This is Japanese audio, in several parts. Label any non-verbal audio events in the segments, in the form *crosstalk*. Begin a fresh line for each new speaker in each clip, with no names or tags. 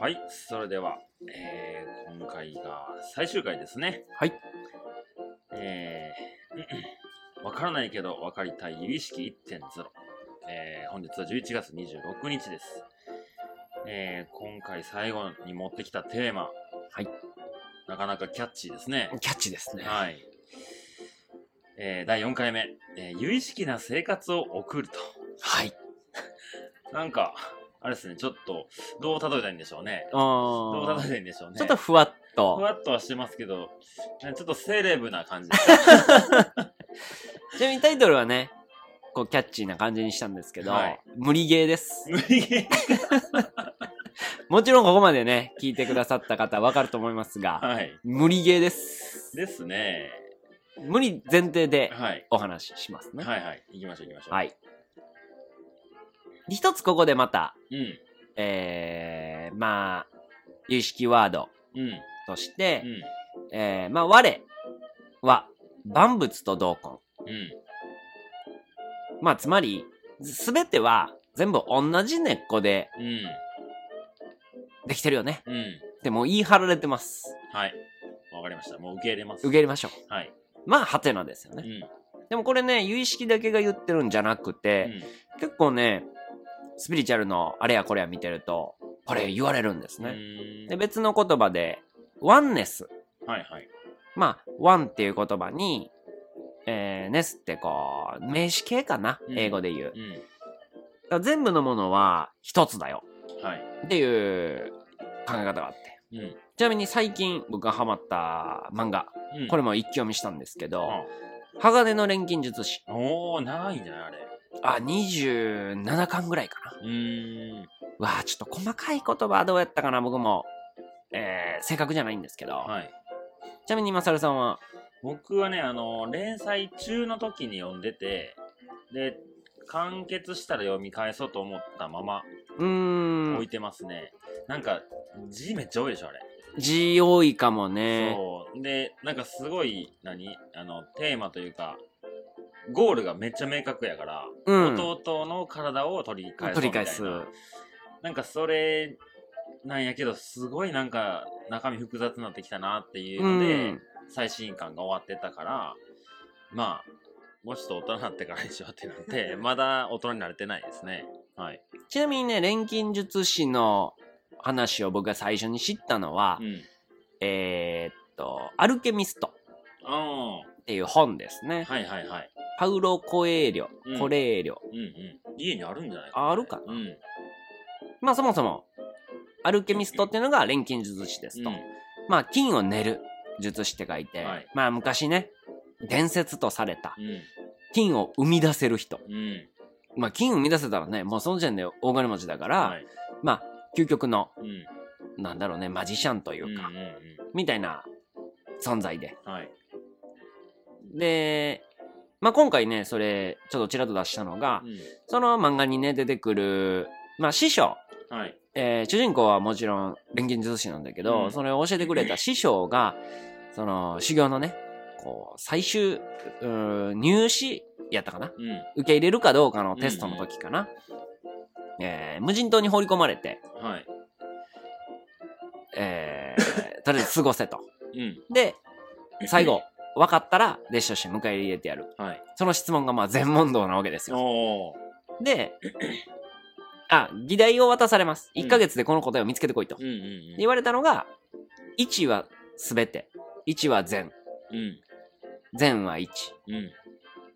はい、それでは、えー今回が最終回ですね。
はい。
えーわからないけどわかりたい有意識1.0。えー本日は11月26日です。えー今回最後に持ってきたテーマ。
はい。
なかなかキャッチーですね。
キャッチですね。
はい。えー第4回目、えー有意識な生活を送ると。
はい。
なんか、あれですね、ちょっと、どう例えたらいいんでしょうね。
あ
どう例えた
ー
らいいんでしょうね。
ちょっとふわっ
ふ
と。
わっとはしてますけど、ちょっとセレブな感
*laughs*
じ。
ちなみにタイトルはね、こうキャッチーな感じにしたんですけど、
はい
無理ゲーです。
無理ゲー。
もちろんここまでね、聞いてくださった方わかると思いますが、
はい。
無理ゲーです。
ですね。
無理前提で
はい。
お話ししますね。
はいはい。行きましょう行きましょう。
はい。一つここでまた、
うん。
えー、まあ、有識ワード
うん。
として、
うん。
えー、まあ、我は万物と同根。
うん。
まあ、つまり、すべては全部同じ根っこで
うん。
できてるよね。
うん。
ってもう言い張られてます。
はい。わかりました。もう受け入れます。
受け入れましょう。
はい。
まあ、ハテナですよ
うん。
ね。
うん。
でもこれね、有意識だけが言ってるんじゃなくて、結構ね、スピリチュアルのあれやこれや見てると、これ言われるんです
う
ね。
ーん
で、別の言葉で、ワンネス。
はいはい。
まあ、ワンっていう言葉に、えー、ネスってこう、名詞形かな、
うん
英語で言う。
うん。
だから全部のものは一つだよ
はい。
っていう考え方があって。
うん。
ちなみに最近僕がハマった漫画、
うん。
これ
も。
も一気読みしたんですけど、鋼の錬金術師。
おー、長いんじゃないあれ。
あ、27巻ぐらいかな。
うーん。
うわあちょっと細かい言葉どうやったかな、僕も。えー、正確じゃないんですけど。
はい。
ちなみにマサルさんは、
僕はね、あの、連載中の時に読んでて、で、完結したら読み返そうと思ったまま
うー
置い
ん、
てますね。なんか、字めっちゃ多いでしょ、あれ。
字多いかもね。
そう。で、なんかすごい、何あの、テーマというか、ゴールがめっちゃ明確やから、
うん。
弟の体を取り返す。
取り返す。
なんかそれ、なんやけど、すごいなんか中身複雑になってきたなっていう
う
ので、
ん。
最新刊が終わってたからまあもうちょっと大人になってからにしようってなって
*laughs*
まだ大人になれてないですねはい、
ちなみにね、錬金術師の話を僕が最初に知ったのは、
うん、
えー、っと、アルケミスト
あ
っていう本ですね。
あはいはいはい
パウロ・コエーリョ、
うん
コレーリョ。
うんうん家にあるんじゃない
ああるか
なうん
まあそもそも、アルケミストっていうのが錬金術師ですと。
うん
まあ金を練る術師って書いて、
はい
まあ昔ね、伝説とされた
うん
金を生み出せる人。
うん
まあ金生み出せたらね、もうその時点で大金持ちだから、
はい
まあ究極の、
うん
なんだろうね、マジシャンとい
うん
うか、
うんう
みたいな存在で。
んはい
で、まあ今回ね、それ、ちょっとちらっと出したのが、
う
その漫画にね、出てくる、まあ師匠、
んはい
えー主人公はもちろん錬金術師なんだけど、
うん
それを教えてくれた師匠が、その修行のね、こう、最終、うー入試やったかな
うん
受け入れるかどうかのテストの時かな、えー無人島に放り込まれて、
はい
えーとりあえず過ご
*laughs*
せと。
うん
で、 *laughs* 最後、分かったら弟子として迎え入れてやる。
*laughs* はい
その質問がまあ全問答なわけですよ。
おお
で、あ、議題を渡されます。
うん
1ヶ月でこの答えを見つけてこいと。
うんうん
で
う
言われたのが1は全て1は善
んうん
善は1
うん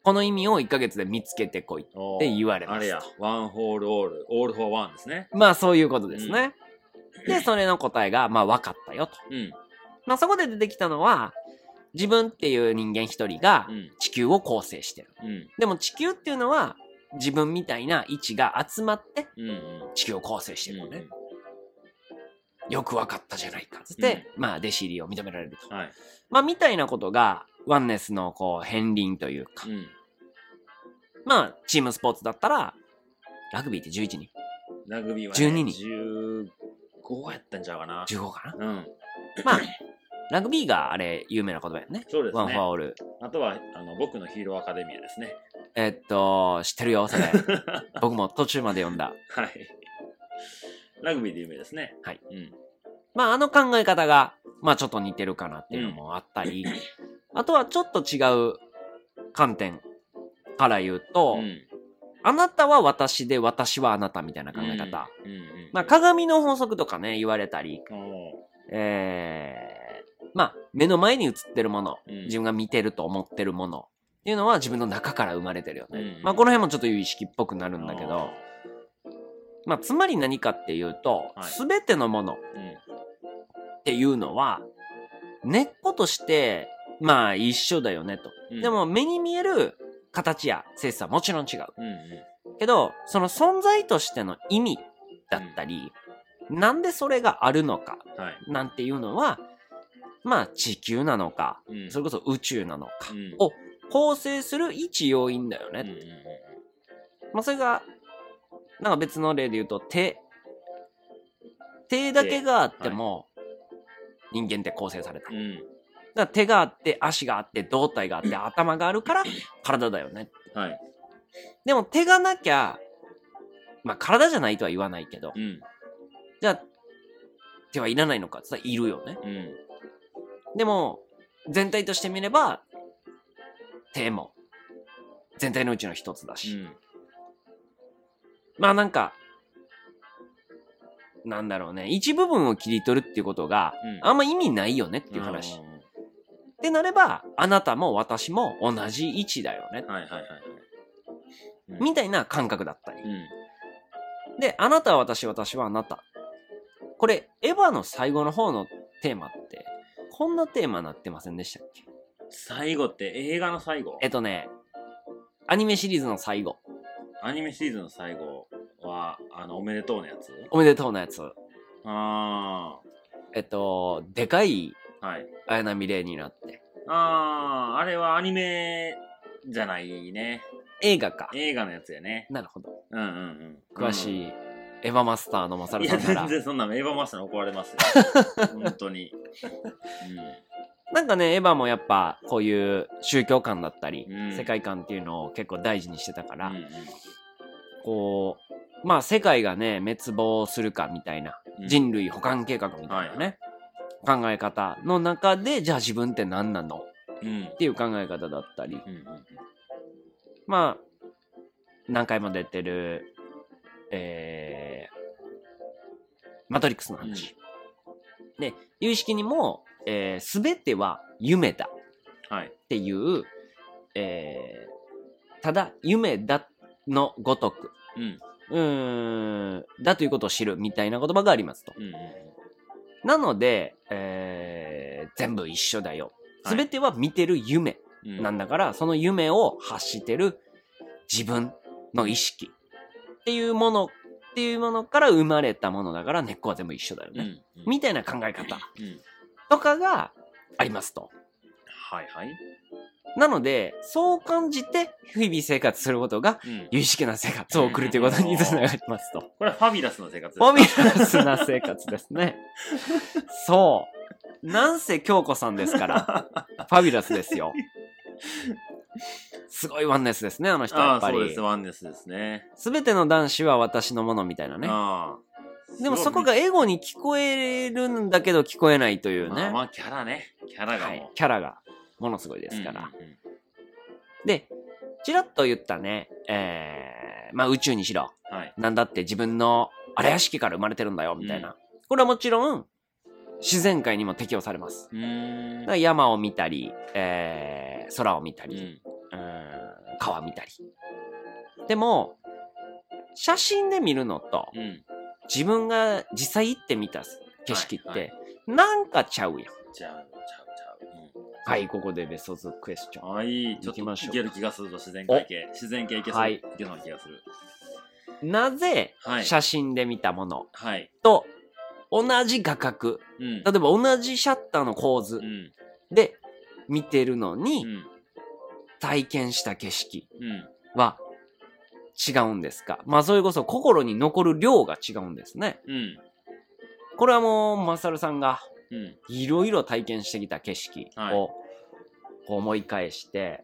この意味を1ヶ月で見つけてこい
おー
って言われます
あれやワンホールオールオールフォーワンですね
まあそういうことですね、でそれの答えがまあ分かったよと、
うん
まあ、そこで出てきたのは自分っていう人間一人が
うん
地球を構成してる
うん
でも地球っていうのは自分みたいな位置が集まって
うんうん
地球を構成してるのね、よく分かったじゃないかっつって、まあ弟子入りを認められると、
はい
まあみたいなことがワンネスのこう片鱗というか、
うん
まあ、チームスポーツだったら、ラグビーって11人、
ラグビーは、
12
ね、
人
15やったんちゃうかな。
15かな。
うん。
まあ、ラグビーがあれ、有名な言葉やね。
そうです
ワンフォー
ね。
オール。
あとは、あの、僕のヒーローアカデミアです
*laughs*
ね。
え
*laughs*
っと、知ってるよ、それ。僕も途中まで読んだ。
はい。ラグビーで有名ですね。
はい。
うん。
まあ、あの考え方が、まあ、ちょっと似てるかなっていうのもあったり、あとはちょっと違う観点から言うと、
うん
あなたは私で私はあなたみたいな考え方。。
うんうん。
まあ、鏡の法則とかね、言われたり、
お
えー、まあ、目の前に映ってるもの、
ー、うん
自分が見てると思ってるものっていうのは自分の中から生まれてるよね。
うん
まあ、この辺もちょっと有意識っぽくなるんだけ
あ
ど、まあ、つまり何かっていうと
はい、
すべ、てのも
ーう
の
ん
っていうのは、根っことして、まあ、一緒だよねと。
うん
でも、目に見える形や性質はもちろん違う。
うんうん
けど、その存在としての意味だったり、なんでそれがあるのか、
はい。
なんていうのは、まあ地球なのか、
うん
それこそ宇宙なのか
うん
を構成する一要因だよ
うん
ね。
うんうん
まあそれが、なんか別の例で言うと手。手だけがあっても、人間って構成された。だか
うん
ら手があって、足があって、胴体があって、頭があるから体だよね。
はい。
でも手がなきゃ、まあ体じゃないとは言わないけど
う、ん。
じゃあ手はいらないのかって言ったらいるよね。
うん。
でも、全体として見れば、手も、全体のうちの一つだし。まあなんか、なんだろうね。一部分を切り取るっていうことが、
うん
あんま意味ないよねっていう話。っ。てなれば、あなたも私も同じ位置だよね。
はいはいはいはい。うん
みたいな感覚だったり
う。ん。
で、あなたは私、私はあなた。これ、エヴァの最後の方のテーマって、こんなテーマなってませんでしたっけ
最後って映画の最後
えっとね、アニメシリーズの最後。
アニメシリーズの最後は、あの、おめでとうのやつ
おめでとうのやつ。
あ
えっと、でかい
あ。はい。
綾波レイになって。
ああ、あれはアニメじゃないね。
映画か。
映画のやつやね。
なるほど。
うんうんうん。
詳しい、エヴァマスターのマサ
うん。
ル
い
さ
や、
んから
全。然そんなのエヴァマスターに怒られ
*laughs*
ますよ。本当に。
なんかね、エヴァもやっぱ、こういう宗教観だったり、
うん
世界観っていうのを結構大事にしてたか
うん。
ら、
うん
こう、まあ世界がね、滅亡するかみたいな、
うん
人類保管計画みたいなね、考え方の中で、じゃあ自分って何なのっ
うん。
ていう考え方だったり、
うんうん
まあ、何回も出てる、えー、マトリックスの話。で、有意識にも、えー、すべては夢だ
はい。
っていう、えー、ただ夢だのごとく、
うん。
うーん、だということを知るみたいな言葉がありますと。
うんうん
なので、えー、全部一緒だよ。
はい
すべては見てる夢
うん。う
なんだから、その夢を発してる自分の意識っていうもの、っていうものから生まれたものだから根っこは全部一緒だよ
うんう
ね。 *laughs*
ん。
みたいな考え方
うん。
とかがありますと。
はいはい。
なので、そう感じて日々生活することが、
うん。
有意識な生活を送るということにつながります
*laughs*
と。
これはファビュラスの生活です
ファミラスな生活ですね。そう。なんせ京子さんですから、
*laughs*
ファビュラスですよ。すごいワンネスですね、あの人は
あ
や
あ、
っぱ
そう
り
です。。ワンネスですね。
すべての男子は私のものみたいなね。
ああ
でもそこがエゴに聞こえるんだけど聞こえないとい
す
う
ごいまあ
ね
ま。あ、キャラね。キャラが
は
もう。
い、キャラがものすごいですから。
うんうん
で、ちらっと言ったね、えー、まあ宇宙にしろ、
うんはい。
なんだって自分の荒屋敷から生まれてるんだよ、みたいな。これはもちろん、自然界にも適用されます。
うー
だ
ん
から山を見たり、えー、空を見た
う
り、
ん
うーん、川見たり。でも、写真で見るのと、
うん。
自分が実際行ってみた景色って、
はいはい
なんかちゃうやん。
ちゃう、ちゃう、ちゃう
はい、ここでベソズクエスチ
うん。
ョン。
はい、ちょ
行
っ
きまし
と
ょ
いうける気がするぞ、自然界系。自然界いけそう。
はいい
けそうな気がする。
なぜ
はい
写真で見たもの
はい。
と同じ画角、
うん
例えば同じシャッターの構
う
図
ん。
で見てるの
う
に
ん。
体験した景色
うん。
は違うんですかまあそれこそ心に残る量が違うんですね。
うん。
これはもうマサルさんが
うん。
いろいろ体験してきた景色
はい
をこう思い返して、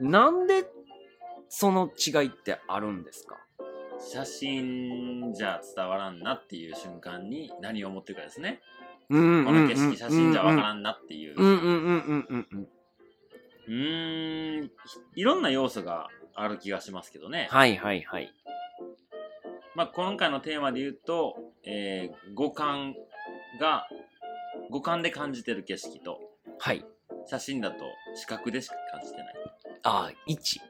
なんでその違いってあるんですか
写真じゃ伝わらんなっていう瞬間に何を思ってるかですね。
うんうん
この景色写真じゃわからんなっていう。
うんうんうんうんうんうん。
うーん、いろんな要素がある気がしますけどね。
はいはいはい。
まあ、今回のテーマで言うと、えー五感が、五感で感じてる景色と、
はい。
写真だと視覚でしか感じてない。
ああ、一。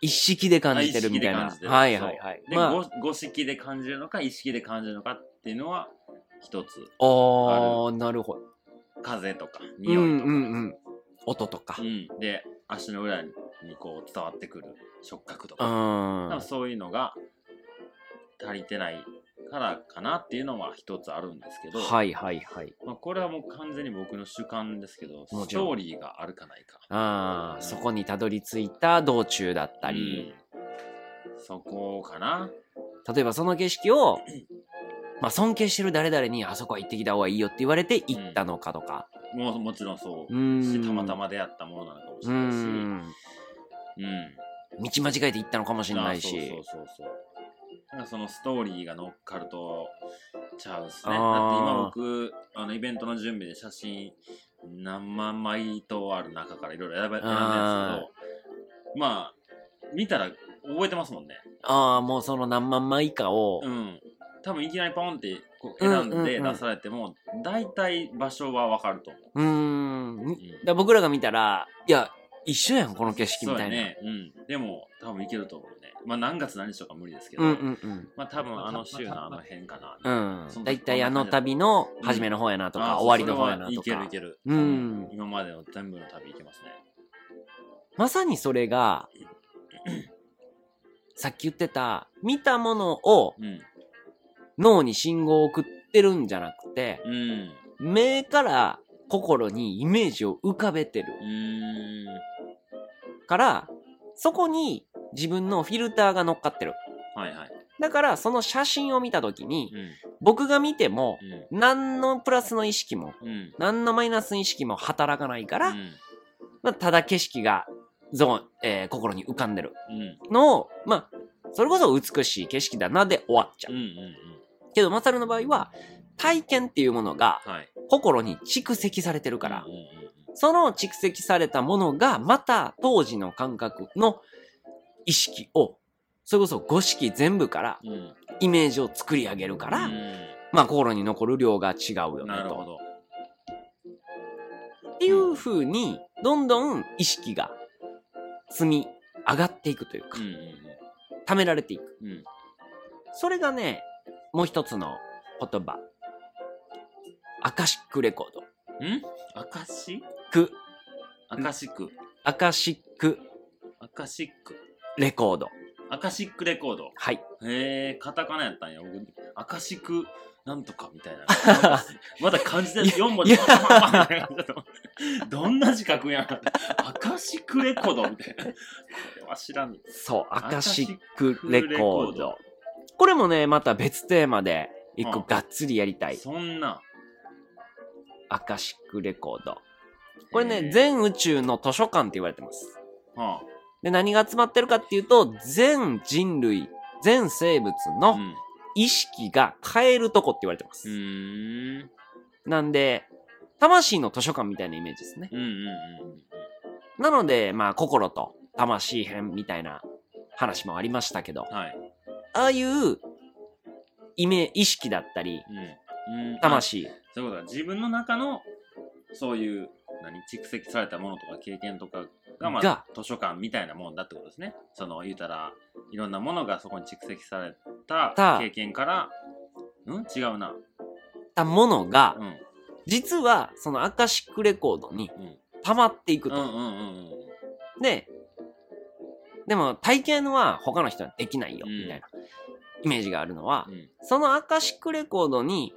一式で感じてるみたい
あ
な。
一式で感じてる
はいはいはい。
で、
まあ、
五五色で感じるのか、意識で感じるのかっていうのは、一つ。
あー、なるほど。
風とか、
う
匂い
ん
とか。
うんうん。音とか
う。んで、足の裏にこう伝わってくる触覚と
う
か。
ん。
多分そういうのが足りてないからかなっていうのは一つあるんですけど、
はいはいはい。
まあ、これはもう完全に僕の主観ですけど、
も
ス
ちろん
トーリーがあるかないか。
ああ、そこにたどり着いた道中だったり、
うんそこかな。
例えばその景色を、まあ尊敬してる誰々にあそこは行ってきた方がいいよって言われて行ったのかとか。
もうもちろんそうう。
ん。
し、たまたま出会ったものなのかもし
う
れないし。うん。
ん。道間違えて行ったのかもしれないし。
あそうそうそうそう。なんかそのストーリーが乗っかるとちゃうっすね。だ
あ
って
ー
今僕、あのイベントの準備で写真何万枚とある中からいろいろ選べ選んだんですけど、まあ、見たら覚えてますもんね。
ああ、もうその何万枚以下を。
うん。多分いきなりポンってこう選んで
うんうんうん
出されても、大体場所はわかると思う。
うーん。んだか
うん
ら僕らが見たら、いや、一緒やん、この景色みたい
そ
な。
うやね。うん。でも、多分いけると思うね。まあ、何月何日とか無理ですけど、
うんうん
まあ、多分あの週のあの辺かな。
うん。う
そ
ん。
んな
だいたいあの旅の初めの方やなと
あ
か、
ー
終わりの方やな
そ
と
れはい
か
け。るいけ
う
る。
ん
今までの全部の旅いけますね。
まさにそ
*clears throat*
れが、さっき言ってた、見たものを
うん。
脳に信号を送ってるんじゃなくて、
うん。
目から心にイメージを浮かべてる
うーん。
から、そこに自分のフィルターが乗っかってる。
はいはい。
だから、その写真を見たときに
う、ん。
僕が見ても、
う
何のプラスの意識
ん。
も、
うん。
何のマイナスの意識も働かないから、
うん。
まあ、ただ景色がゾーン、えー心に浮かんでる
うん。
のを、まあ、それこそ美しい景色だなで終わっちゃ
う
う。
ん。うん。
けど、マサルの場合は、体験っていうものが
はい。
心に蓄積されてるから
うん、うんうん
その蓄積されたものが、また当時の感覚の意識を、それこそ五色全部から
うん。うん。
イメージを作り上げるから、
う
まあ心に残る量が違うよ
ん、
ね
なるほ
と。
ど。
っていう風に、どんどん意識が積み上がっていくというか
うん、うん
溜められていく。
うん。うん。
それがね、もう一つの言葉。アカシックレコード。
んアカシ
く、
アカシック。
アカシック
アカシック。
レコード。
アカシックレコード。
はい。
へえ、カタカナやったんや。僕、アカシクなんとかみたい
*laughs*
な。まだ漢字で
いや
4文字
いや
パンパンパンみたいな感じだと思う。 *laughs* どんな字書くんやろアカシクレコードみたいな。これは知らん。
そう、アカ
カ
シ
シ
ッ
ッ
クレコ
レコ
ー
ー
ド
ド。
これもね、また別テーマで一個
うん
がっつりやりたい。
そんな。
アカシックレコード。これ
へ
ね、
ー
全宇宙の図書館って言われてます。
は
で、何が集まってるかっていうと、全人類、全生物
あ、
の
うん。
意識が変えるとこって言われてま
う
す。
ーん。
なんで、魂の図書館みたいなイメージですね。
うんうん
なので、まあ、心と魂編みたいな話もありましたけど
うん。、はい。
ああいう、イメ、意識だったり、
うん。うん、あ
魂。
そういうことだ。自分の中の、そういう、何、蓄積されたものとか経験とかが、まあ、
が
図書館みたいなもんだってことですね。その、言うたら、いろんなものがそこに蓄積され
た
た経験から、うん違うな。
たものが
う、ん。
実は、そのアカシックレコードに
うん。
溜まっていく
うんう
と。
んうんうん。
で、でも体験は他の人はできないよ、みたいなイメージがあるのは
う、ん。
そのアカシックレコードに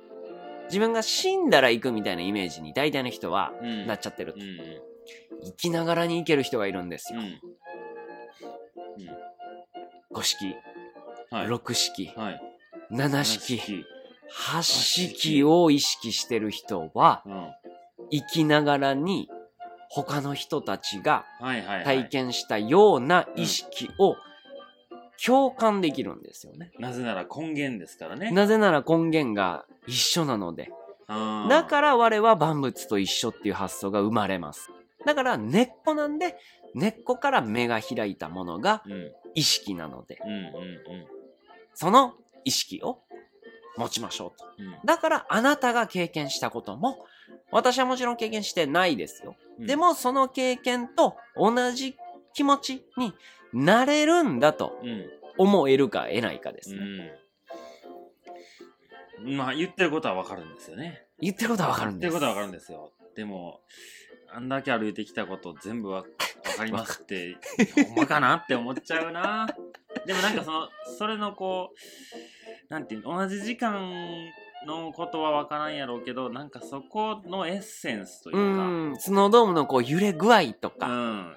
自分が死んだら行くみたいなイメージに大体の人は
うん。
なっちゃってる
う。んうん。
生きながらに行ける人がいるんですよ
う。ん。
5式、
はい。
6式、
はい。
7式、8式を意識してる人は
うん。は
生きながらに他の人たちが
いはいはい。
体験したような意識を共感できるんですよね。
なぜなら根源ですからね。
なぜなら根源が一緒なので。
うん
だから我は万物と一緒っていう発想が生まれます。だから根っこなんで、根っこから目が開いたものが
うんうん
意識なので、
うん
その意識を持ちましょうと。
うん
だからあなたが経験したことも、私はもちろん経験してないですよ。
うん
でもその経験と同じ気持ちになれるんだと
うん
思えるか得ないかですね。
うんまあ言ってることはわかるんですよね。
言ってることはわかるんです。
言ってることはわかるんですよ。でも、あんだけ歩いてきたこと全部わわかります
*laughs*
って、ほんまかなって思っちゃうな。でもなんかその、それのこう、なんていうの同じ時間のことはわからんやろうけど、なんかそこのエッセンスという
う
か、
ん、スノードームのこう揺れ具合と
う
か、
ん。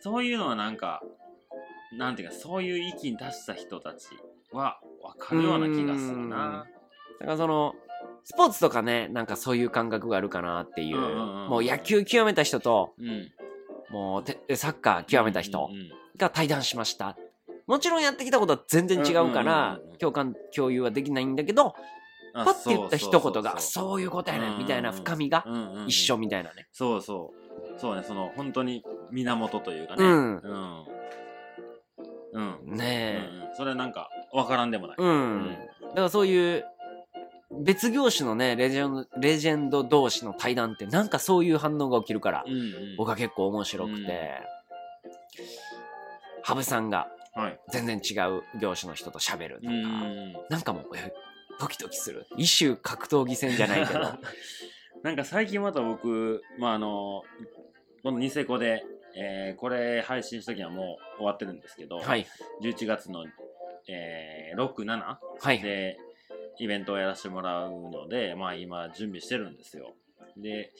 そういうのはなんか、なんていうか、そういう域に達した人たちは分かるような気がするな。
だからその、スポーツとかね、なんかそういう感覚があるかなっていう、
うんうんうん
もう野球極めた人と、
うん。
もうてサッカー極めた人
うんうん
が対談しました。もちろんやってきたことは全然違うか
うん
ら
うんうんうん、
共感、共有はできないんだけど、
あ
パッて言った一言が、
そう
そういうことやね
うんうん
ん、
うん
みたいな深みが
そううんうんうん
一緒みたいなね。
そうそう。そうね、その、本当に源というかね。
うん
うん。うん。
ねえ。
うんそれはなんか、わからんでもない。
うん。だからそういう、別業種のね、レジェンド、レジェンド同士の対談ってなんかそういう反応が起きるから、
うんうん
僕は結構面白くて、羽生さんが
はい。
全然違う業種の人と喋る
う
とか、
んうんうん。
なんかもう、えドキドキする。異種格闘技戦じゃな
*laughs*
いけど。
なんか最近また僕、まああの、このニセコで、えーこれ配信した時はもう終わってるんですけど、
はい。
11月の、えー、6、7
は
*laughs*
い。
でイベントをやらせてもらうので、まあ、今準備してるんですよで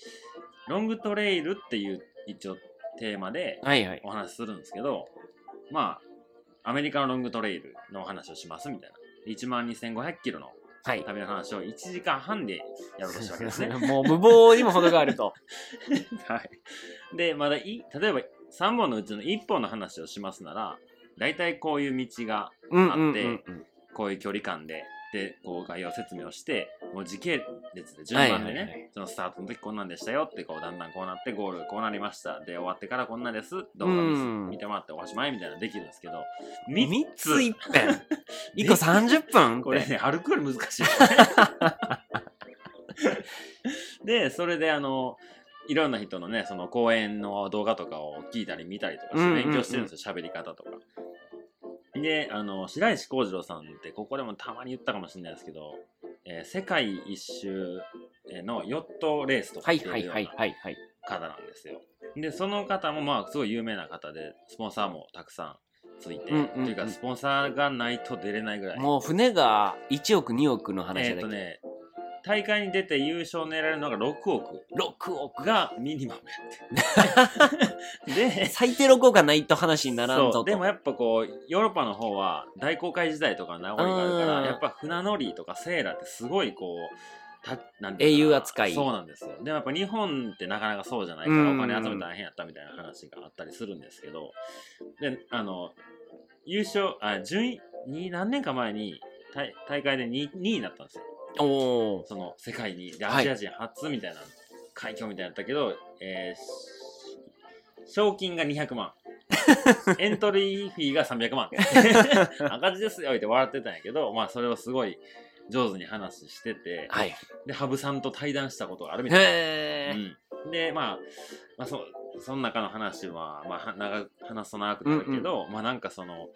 ロングトレイルっていう一応テーマで
はいはい。
お話しするんですけどまあアメリカのロングトレイルのお話をしますみたいな1万2500キロの
はい。
旅の話を1時間半でやろうとしたわけですね
*laughs*
*laughs*
もう無謀にも程があると。
はい、でまだい例えば3本のうちの1本の話をしますなら大体こういう道が
うんうんうんうん。
こういう距離感で、で、こう概要説明をして、もう時系列で順番でね、
はいはいはい
そのスタートの時こんなんでしたよって、こうだんだんこうなって、ゴールこうなりました。で、終わってからこんなです。動画見せ
うん
見てもらっておしまいみたいなのできるんですけど、
3つ
一
一遍。1個30分
これね、歩くより難しいよね。 *laughs* で、それであの、いろんな人のね、その講演の動画とかを聞いたり見たりとか
うん
し
うんう
て
ん
勉強してるんですよ、喋、り方とか。で、あの、白石浩二郎さんって、ここでもたまに言ったかもしれないですけど、えー世界一周のヨットレースとか
は
っ
い
て
は
いう
い
よう
はい
な
はいはい。
方なんですよ。で、その方もまあ、すごい有名な方で、スポンサーもたくさんついて、
うんうんうん
というか、スポンサーがないと出れないぐらい。
もう船が1億2億の
え
話だ
っ、
け
と
ど、
ね、大会に出て優勝を狙えるのが6億
6億が
がミニマム
*laughs*
やって。で、
最低6億がないと話にならん
そ
ぞ
う
と
でもやっぱこう、ヨーロッパの方は大航海時代とかの名残があるか
う
ら、
ん
やっぱ船乗りとかセーラーってすごいこう、たなんて
英
いうかな
雄扱い
そうなんですよ。でもやっぱ日本ってなかなかそうじゃないから、
う
お
ん
金集めたら大変やったみたいな話があったりするんですけど、で、あの、優勝、あ、順位、に何年か前に大大会で 2, 2位になったんですよ。
おー
その世界にで
は
ア
い
ジア人初みたいな、快挙みたいなのやったけど、えーし賞金が200万
*laughs*
エントリーフィーが300万赤字ですよって笑ってたんやけど、まあ、それをすごい上手に話してて
はい
で羽生さんと対談したことがあるみたいな。
へー
うん、でまあ、まあ、そその中の話は、まあ、は長く話すと長くなるけど、まあなんかその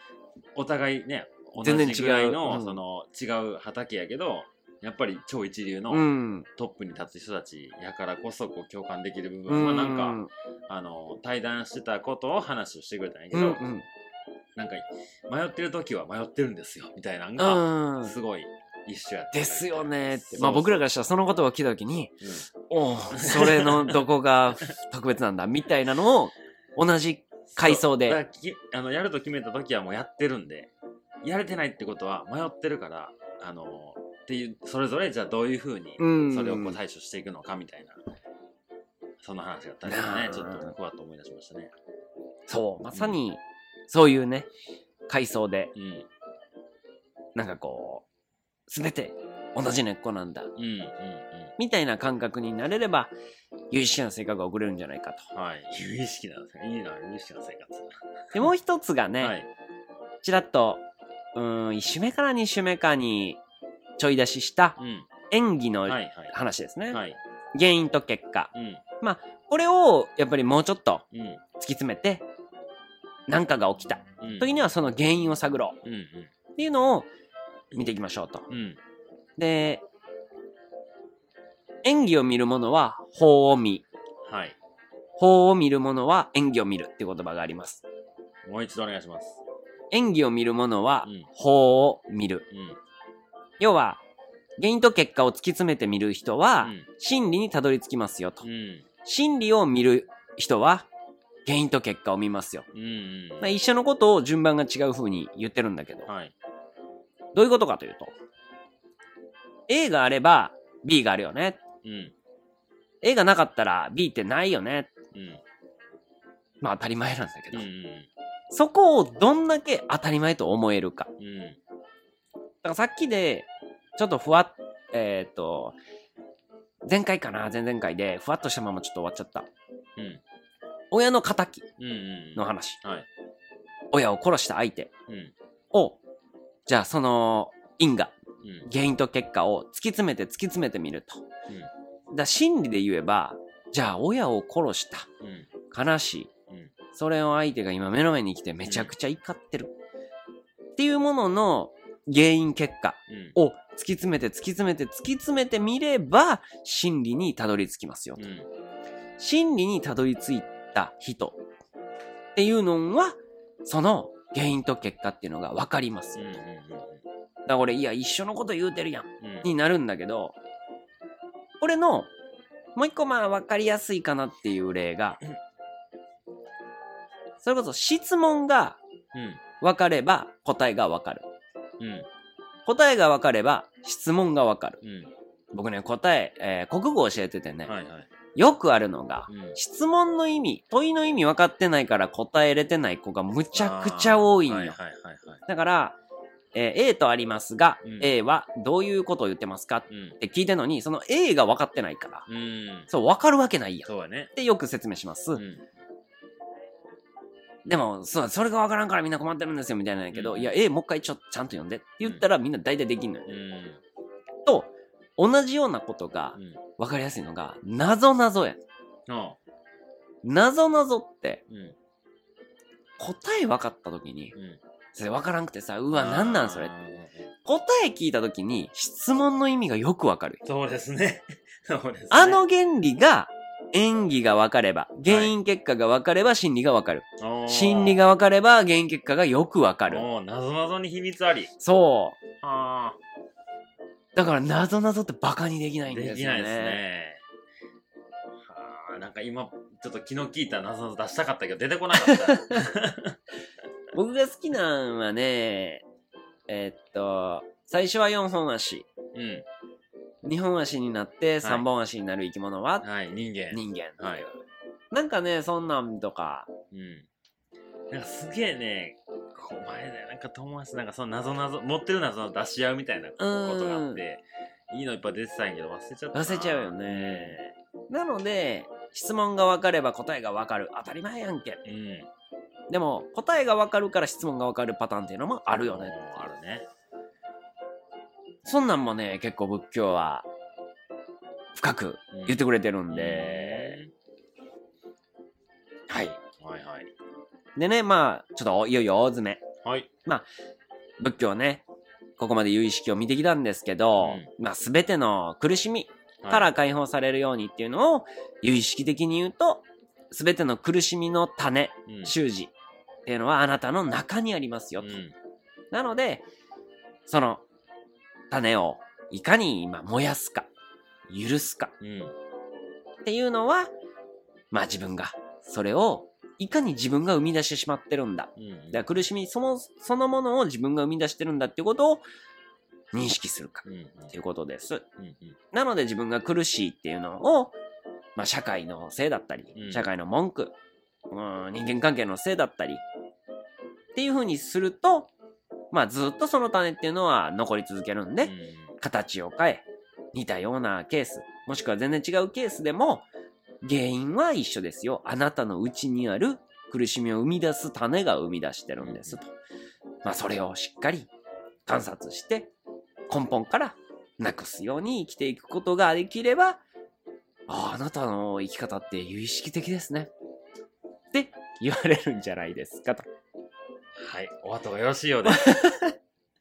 お互いね同
全然違う
じぐらいの
うん
その違う畑やけどやっぱり超一流の、
うん
トップに立つ人たちやからこそこう共感できる部
う
分は
ん
なんか、あの対談してたことを話をしてくれたんやけ
う
ど、
んうん
なんか迷ってる時は迷ってるんですよみたいなの
う
が
ん
すごい一緒やった
ですよねって
そう
まあ僕らがしたらそのことを聞いた時に
うん
おー
*laughs*
それのどこが特別なんだみたいなのを同じ回想で
そうだからきあのやると決めた時はもうやってるんでやれてないってことは迷ってるからあのっていうそれぞれじゃあどういうふうに
うん
それをこう対処していくのかみたいな、そんな話があったりして
な
ね
あ
ちょっとふわっと思い出しましたね。
そうまさにそういうね階層で、
うん。
なんかこう、すべて同じ根っこなんだ、
うん。うん。
みたいな感覚になれれば、有意識な性格が送れるんじゃないかと。
うん。はい。有意識なんですね。いいな、有意識な生活。
で、もう一つがね、
はい。
ちらっと、うーん、1週目から2週目かにちょい出しした
うん。
演技の
はい。はい。
話ですね。
はい。
原因と結果。
うん。
これをやっぱりもうちょっと
うん。
突き詰めて、何かが起きた
うん。
時にはその原因を探ろ
うん。
うっていうのを見ていきましょうと。
うん。うん。
で、演技を見るものは法を見。
はい。
法を見るものは演技を見るっていう言葉があります。
もう一度お願いします。
演技を見るものは
うん
法を見る。
うん。
要は、原因と結果を突き詰めて見る人は、
うん
真理にたどり着きますよと。
うん。
真理を見る人は、原因と結果を見ますよ。
うん。うん
まあ、一緒のことを順番が違う風に言ってるんだけど、
はい。
どういうことかというと、A があれば B があるよね。
うん。
A がなかったら B ってないよね。
うん。
まあ当たり前なんだけ
う
ど、
ん。
そこをどんだけ当たり前と思えるか。
うん。うん。
だからさっきで、ちょっとふわっ、えーっと、前回かな前々回で、ふわっとしたままちょっと終わっちゃった。
うん。
親の仇
うん。うん。
の話。
はい。
親を殺した相手
うん。
を、じゃあその因果、
うん。
原因と結果を突き詰めて突き詰めてみると。
うん
だから心理で言えば、じゃあ親を殺した。
うん。
悲しい。
うん
それを相手が今目の前に来てめちゃくちゃ怒ってる。っていうものの原因結果
うん。
を突き詰めて突き詰めて突き詰めてみれば、真理にたどり着きますよ
う。ん。
真理にたどり着いた人っていうのは、その原因と結果っていうのが分かります
う
よ。
ん。
だから俺、いや、一緒のこと言うてるやん。
うん。
になるんだけど、俺の、もう一個まあ分かりやすいかなっていう例が
うん、
それこそ質問が
う
分かれば答えが分かる。
ん。うん。
答えが分かれば質問が分かる。
うん。
僕ね、答え、えー国語教えててね、
はいはい。
よくあるのが
う、ん。
質問の意味、問いの意味分かってないから答えれてない子がむちゃくちゃ多いんよ。
はいはいはいはい。
だから、えー A とありますが、
うん
A はどういうことを言ってますかっ
うん。
て聞いてるのに、その A が分かってないから、
うん。
そう、分かるわけないやん。っ
そうだね。
てよく説明します。
うん。
でも、そう、それが分からんからみんな困ってるんですよ、みたいなんやけど、
うん
いや、A もう一回ちょ、ちゃんと読んでって言ったらみんな大体できんのよ
う
ね。
ん。
と、同じようなことが
うん。
分かりやすいのが、謎謎やん。
ああ。
謎謎って、
うん。
答え分かった時に、
うん。
それ分からんくてさ、う
う
わ、なんなんそれ。答え聞いた時に、質問の意味がよく分かる。
そうですね。そうですね。
あの原理が、演技が分かれば、原因結果が分かれば心理が分かる。
おー、
心理が分かれば原因結果がよく分かる。
もう、なぞなぞに秘密あり。
そう。
あ
だから、なぞなぞってバカにできないんで
ですき
よ
な
ね。
いですね。あーなんか今、ちょっと気の利いたなぞなぞ出したかったけど、出てこなか
*laughs*
った。
僕が好きなんはね、えっと、最初は4本足。
うん。
2本足になって3本足になる生き物は
はい、人間。
人間っていう。
はい
なんかね、そんなんとか、
うん。なんかすげえね、こう前ね、なんか友達なんかその謎謎、持ってる謎の出し合うみたいなことがあって、いいのいっぱい出てたんやけど忘れちゃったな。
忘れちゃうよね。なので、質問が分かれば答えが分かる。当たり前やんけ。
うん。
でも、答えが分かるから質問が分かるパターンっていうのもあるよね。
あるね。
そんなんもね、結構仏教は深く
うん
言ってくれてるんで、、はい。
うんはいはい。
でね、まあ、ちょっといよいよ大詰め。
はい。
仏教ね、ここまで有意識を見てきたんですけど、まあ、すべての苦しみ
はい
から解放されるようにっていうのを、有意識的に言うと、すべての苦しみの種、
うん
習字っていうのはあなたの中にありますよ
う
と。
ん
なので、その種をいかに今燃やすか、許すか
うん。
っていうのは、まあ自分が、それをいかに自分が生み出してしまってるんだ
うん。
だから苦しみそのそのものを自分が生み出してるんだってことを認識するか
うんうん。
っていうことです。
うんうん
なので自分が苦しいっていうのを、まあ、社会のせいだったり、
うん
社会の文句、うん、人間関係のせいだったり、っていう風にすると、まあずっとその種っていうのは残り続けるんで、形を変え、似たようなケース、もしくは全然違うケースでも、原因は一緒ですよ。あなたの内にある苦しみを生み出す種が生み出してるんですと。まあそれをしっかり観察して、根本からなくすように生きていくことができれば、ああなたの生き方って有意識的ですね。って言われるんじゃないですかと。
はい、お後がよろしい *laughs* ようです。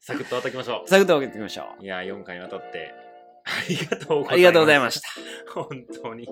サクッと終わっておきましょ
さあ、受けてみましょう。
う。いやー、4回にわたって、ありがとうございます。
ありがとうございました。
本当に。